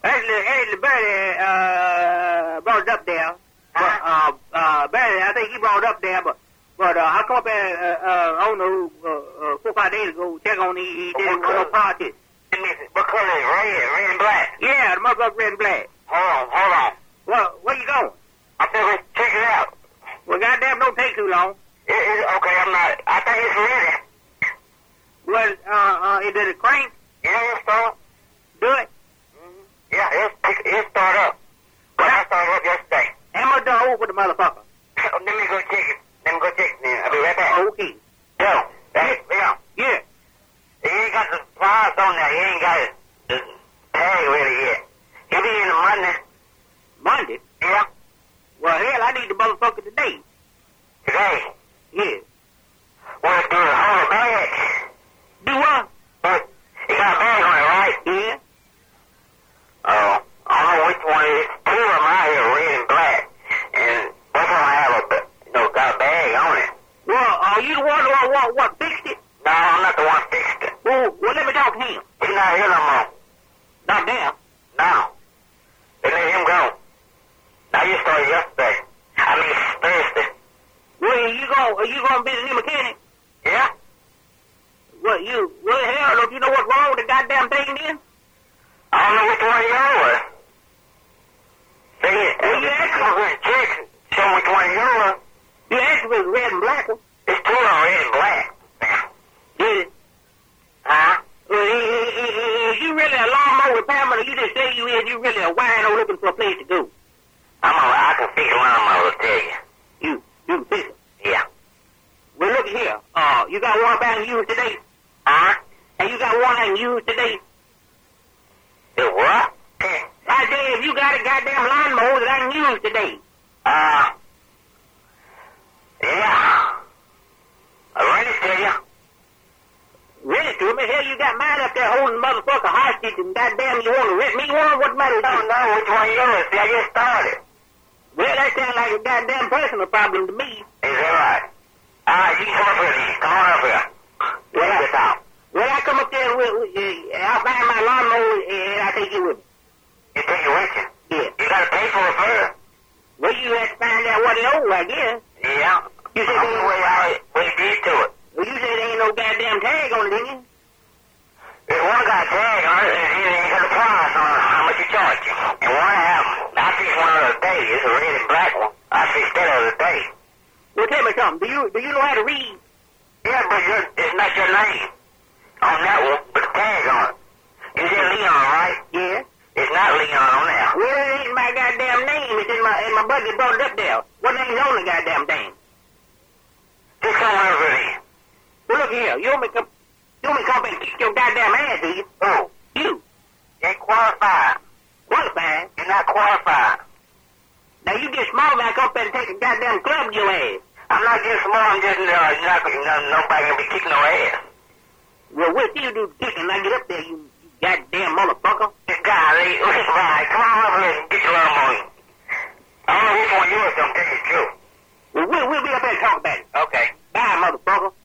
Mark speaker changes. Speaker 1: Uh,
Speaker 2: Barry, Barry uh, brought it up there. But, uh, uh, Barry, I think he brought it up there, but but uh, I called back, uh, uh, I don't know, uh, uh, four five days ago, check on he, he didn't want no party.
Speaker 1: What color is it? Red, red and black.
Speaker 2: Yeah, the motherfucker red and black.
Speaker 1: Hold on, hold on.
Speaker 2: Well, where you going?
Speaker 1: I think we check it out.
Speaker 2: Well, goddamn, don't take too long.
Speaker 1: It, it, okay, I'm not. I think it's ready.
Speaker 2: Well, uh, uh, it did a crank,
Speaker 1: Yeah, it's start.
Speaker 2: do it.
Speaker 1: Yeah, it's it, it start up. But I started up yesterday.
Speaker 2: Hammer the hole with the motherfucker.
Speaker 1: Let me go check it. Let me go check it. Then. I'll be right back.
Speaker 2: Okay.
Speaker 1: Yo, hey, Leon.
Speaker 2: Yeah.
Speaker 1: He ain't got the prize on there. He ain't got it. The tag ready yet. He be in the Monday.
Speaker 2: Monday.
Speaker 1: Yeah.
Speaker 2: Well, hell, I need the motherfucker today.
Speaker 1: Today.
Speaker 2: Yeah.
Speaker 1: Well, do the whole bag.
Speaker 2: Do what?
Speaker 1: But he got a bag on it, right?
Speaker 2: Yeah.
Speaker 1: Oh, I don't know which one it is. Two of them out here, red and black. And both of them have a, ba- you know, got a bag on it.
Speaker 2: Well, are you the one who what, what fixed it?
Speaker 1: No, I'm not the one fixed it.
Speaker 2: Well, well, let me talk to him.
Speaker 1: He's not here no more.
Speaker 2: Goddamn.
Speaker 1: No. They let him go. Now you started yesterday. I mean, Thursday.
Speaker 2: Well, you gon' are you gonna be the new mechanic?
Speaker 1: Yeah?
Speaker 2: Well, you well hell, don't you know what's wrong with the goddamn thing then?
Speaker 1: I don't know which one y'all was. Say it.
Speaker 2: Well, you asked
Speaker 1: I'm going to check. Show me which one y'all was.
Speaker 2: You asked if it was red and black one.
Speaker 1: It's two of them, red and black. Now.
Speaker 2: Yeah.
Speaker 1: Huh?
Speaker 2: Well, Uh, i- i- i- i- is you really a lawnmower repairman, or you just say you is? You really a wino looking for a place to go?
Speaker 1: I'm a, I can fix lawnmowers, I tell you.
Speaker 2: You you can fix it.
Speaker 1: Yeah.
Speaker 2: Well, look here. Uh, you got one back and used today,
Speaker 1: Huh?
Speaker 2: and you got one I can use today.
Speaker 1: The what? Eh,
Speaker 2: I say if you got a goddamn lawnmower that I can use today.
Speaker 1: Uh, yeah. I ready to tell you.
Speaker 2: Rent it to me. Hell, you got mine up there holding the motherfucker hostage, and goddamn, you want to rent me one? What's the matter with
Speaker 1: I don't
Speaker 2: you?
Speaker 1: know which one yours. See, I just started.
Speaker 2: Well, that sounds like a goddamn personal problem to me.
Speaker 1: Is that right? Ah, you come up here, then. Come on up here. Let's get out.
Speaker 2: Well, I come up there with, with uh, I find my lawnmower and I take it with me.
Speaker 1: You take it with you.
Speaker 2: Yeah.
Speaker 1: You gotta pay for it first.
Speaker 2: Well, you have to find out what it owes, I guess.
Speaker 1: Yeah.
Speaker 2: You
Speaker 1: That's
Speaker 2: said
Speaker 1: the
Speaker 2: there,
Speaker 1: way I, we did to it.
Speaker 2: well, you said there ain't no goddamn tag on it, didn't you?
Speaker 1: If one got tag on it, and then you got a price on how much you charge you. And one have, I fixed one the other day. It's a red and black one. I fixed that other day.
Speaker 2: Well, tell me something. Do you do you know how to read?
Speaker 1: Yeah, but your, it's not your name on that one, but the tag on it. You said Leon, right?
Speaker 2: Yeah.
Speaker 1: It's not Leon on there.
Speaker 2: Well, it ain't my goddamn name. It's in my in my budget brought it up there. What name's on the goddamn thing?
Speaker 1: Just come over there.
Speaker 2: Well, look here. You want me come? You want me come up and kick your goddamn ass, do you?
Speaker 1: Oh,
Speaker 2: You
Speaker 1: you ain't qualified.
Speaker 2: qualified.
Speaker 1: You're not qualified.
Speaker 2: Now you get small back up there and take a goddamn club to your ass.
Speaker 1: I'm not getting small. I'm just uh, not, not nobody gonna be kicking no ass.
Speaker 2: Well, what you do kicking? I get up there, you you goddamn motherfucker.
Speaker 1: Golly, right? Come on over here and get your love on. I don't know which one yours. I'm telling you the truth.
Speaker 2: Well, we'll, we'll be up there and talk about it.
Speaker 1: Okay.
Speaker 2: Bye, motherfucker.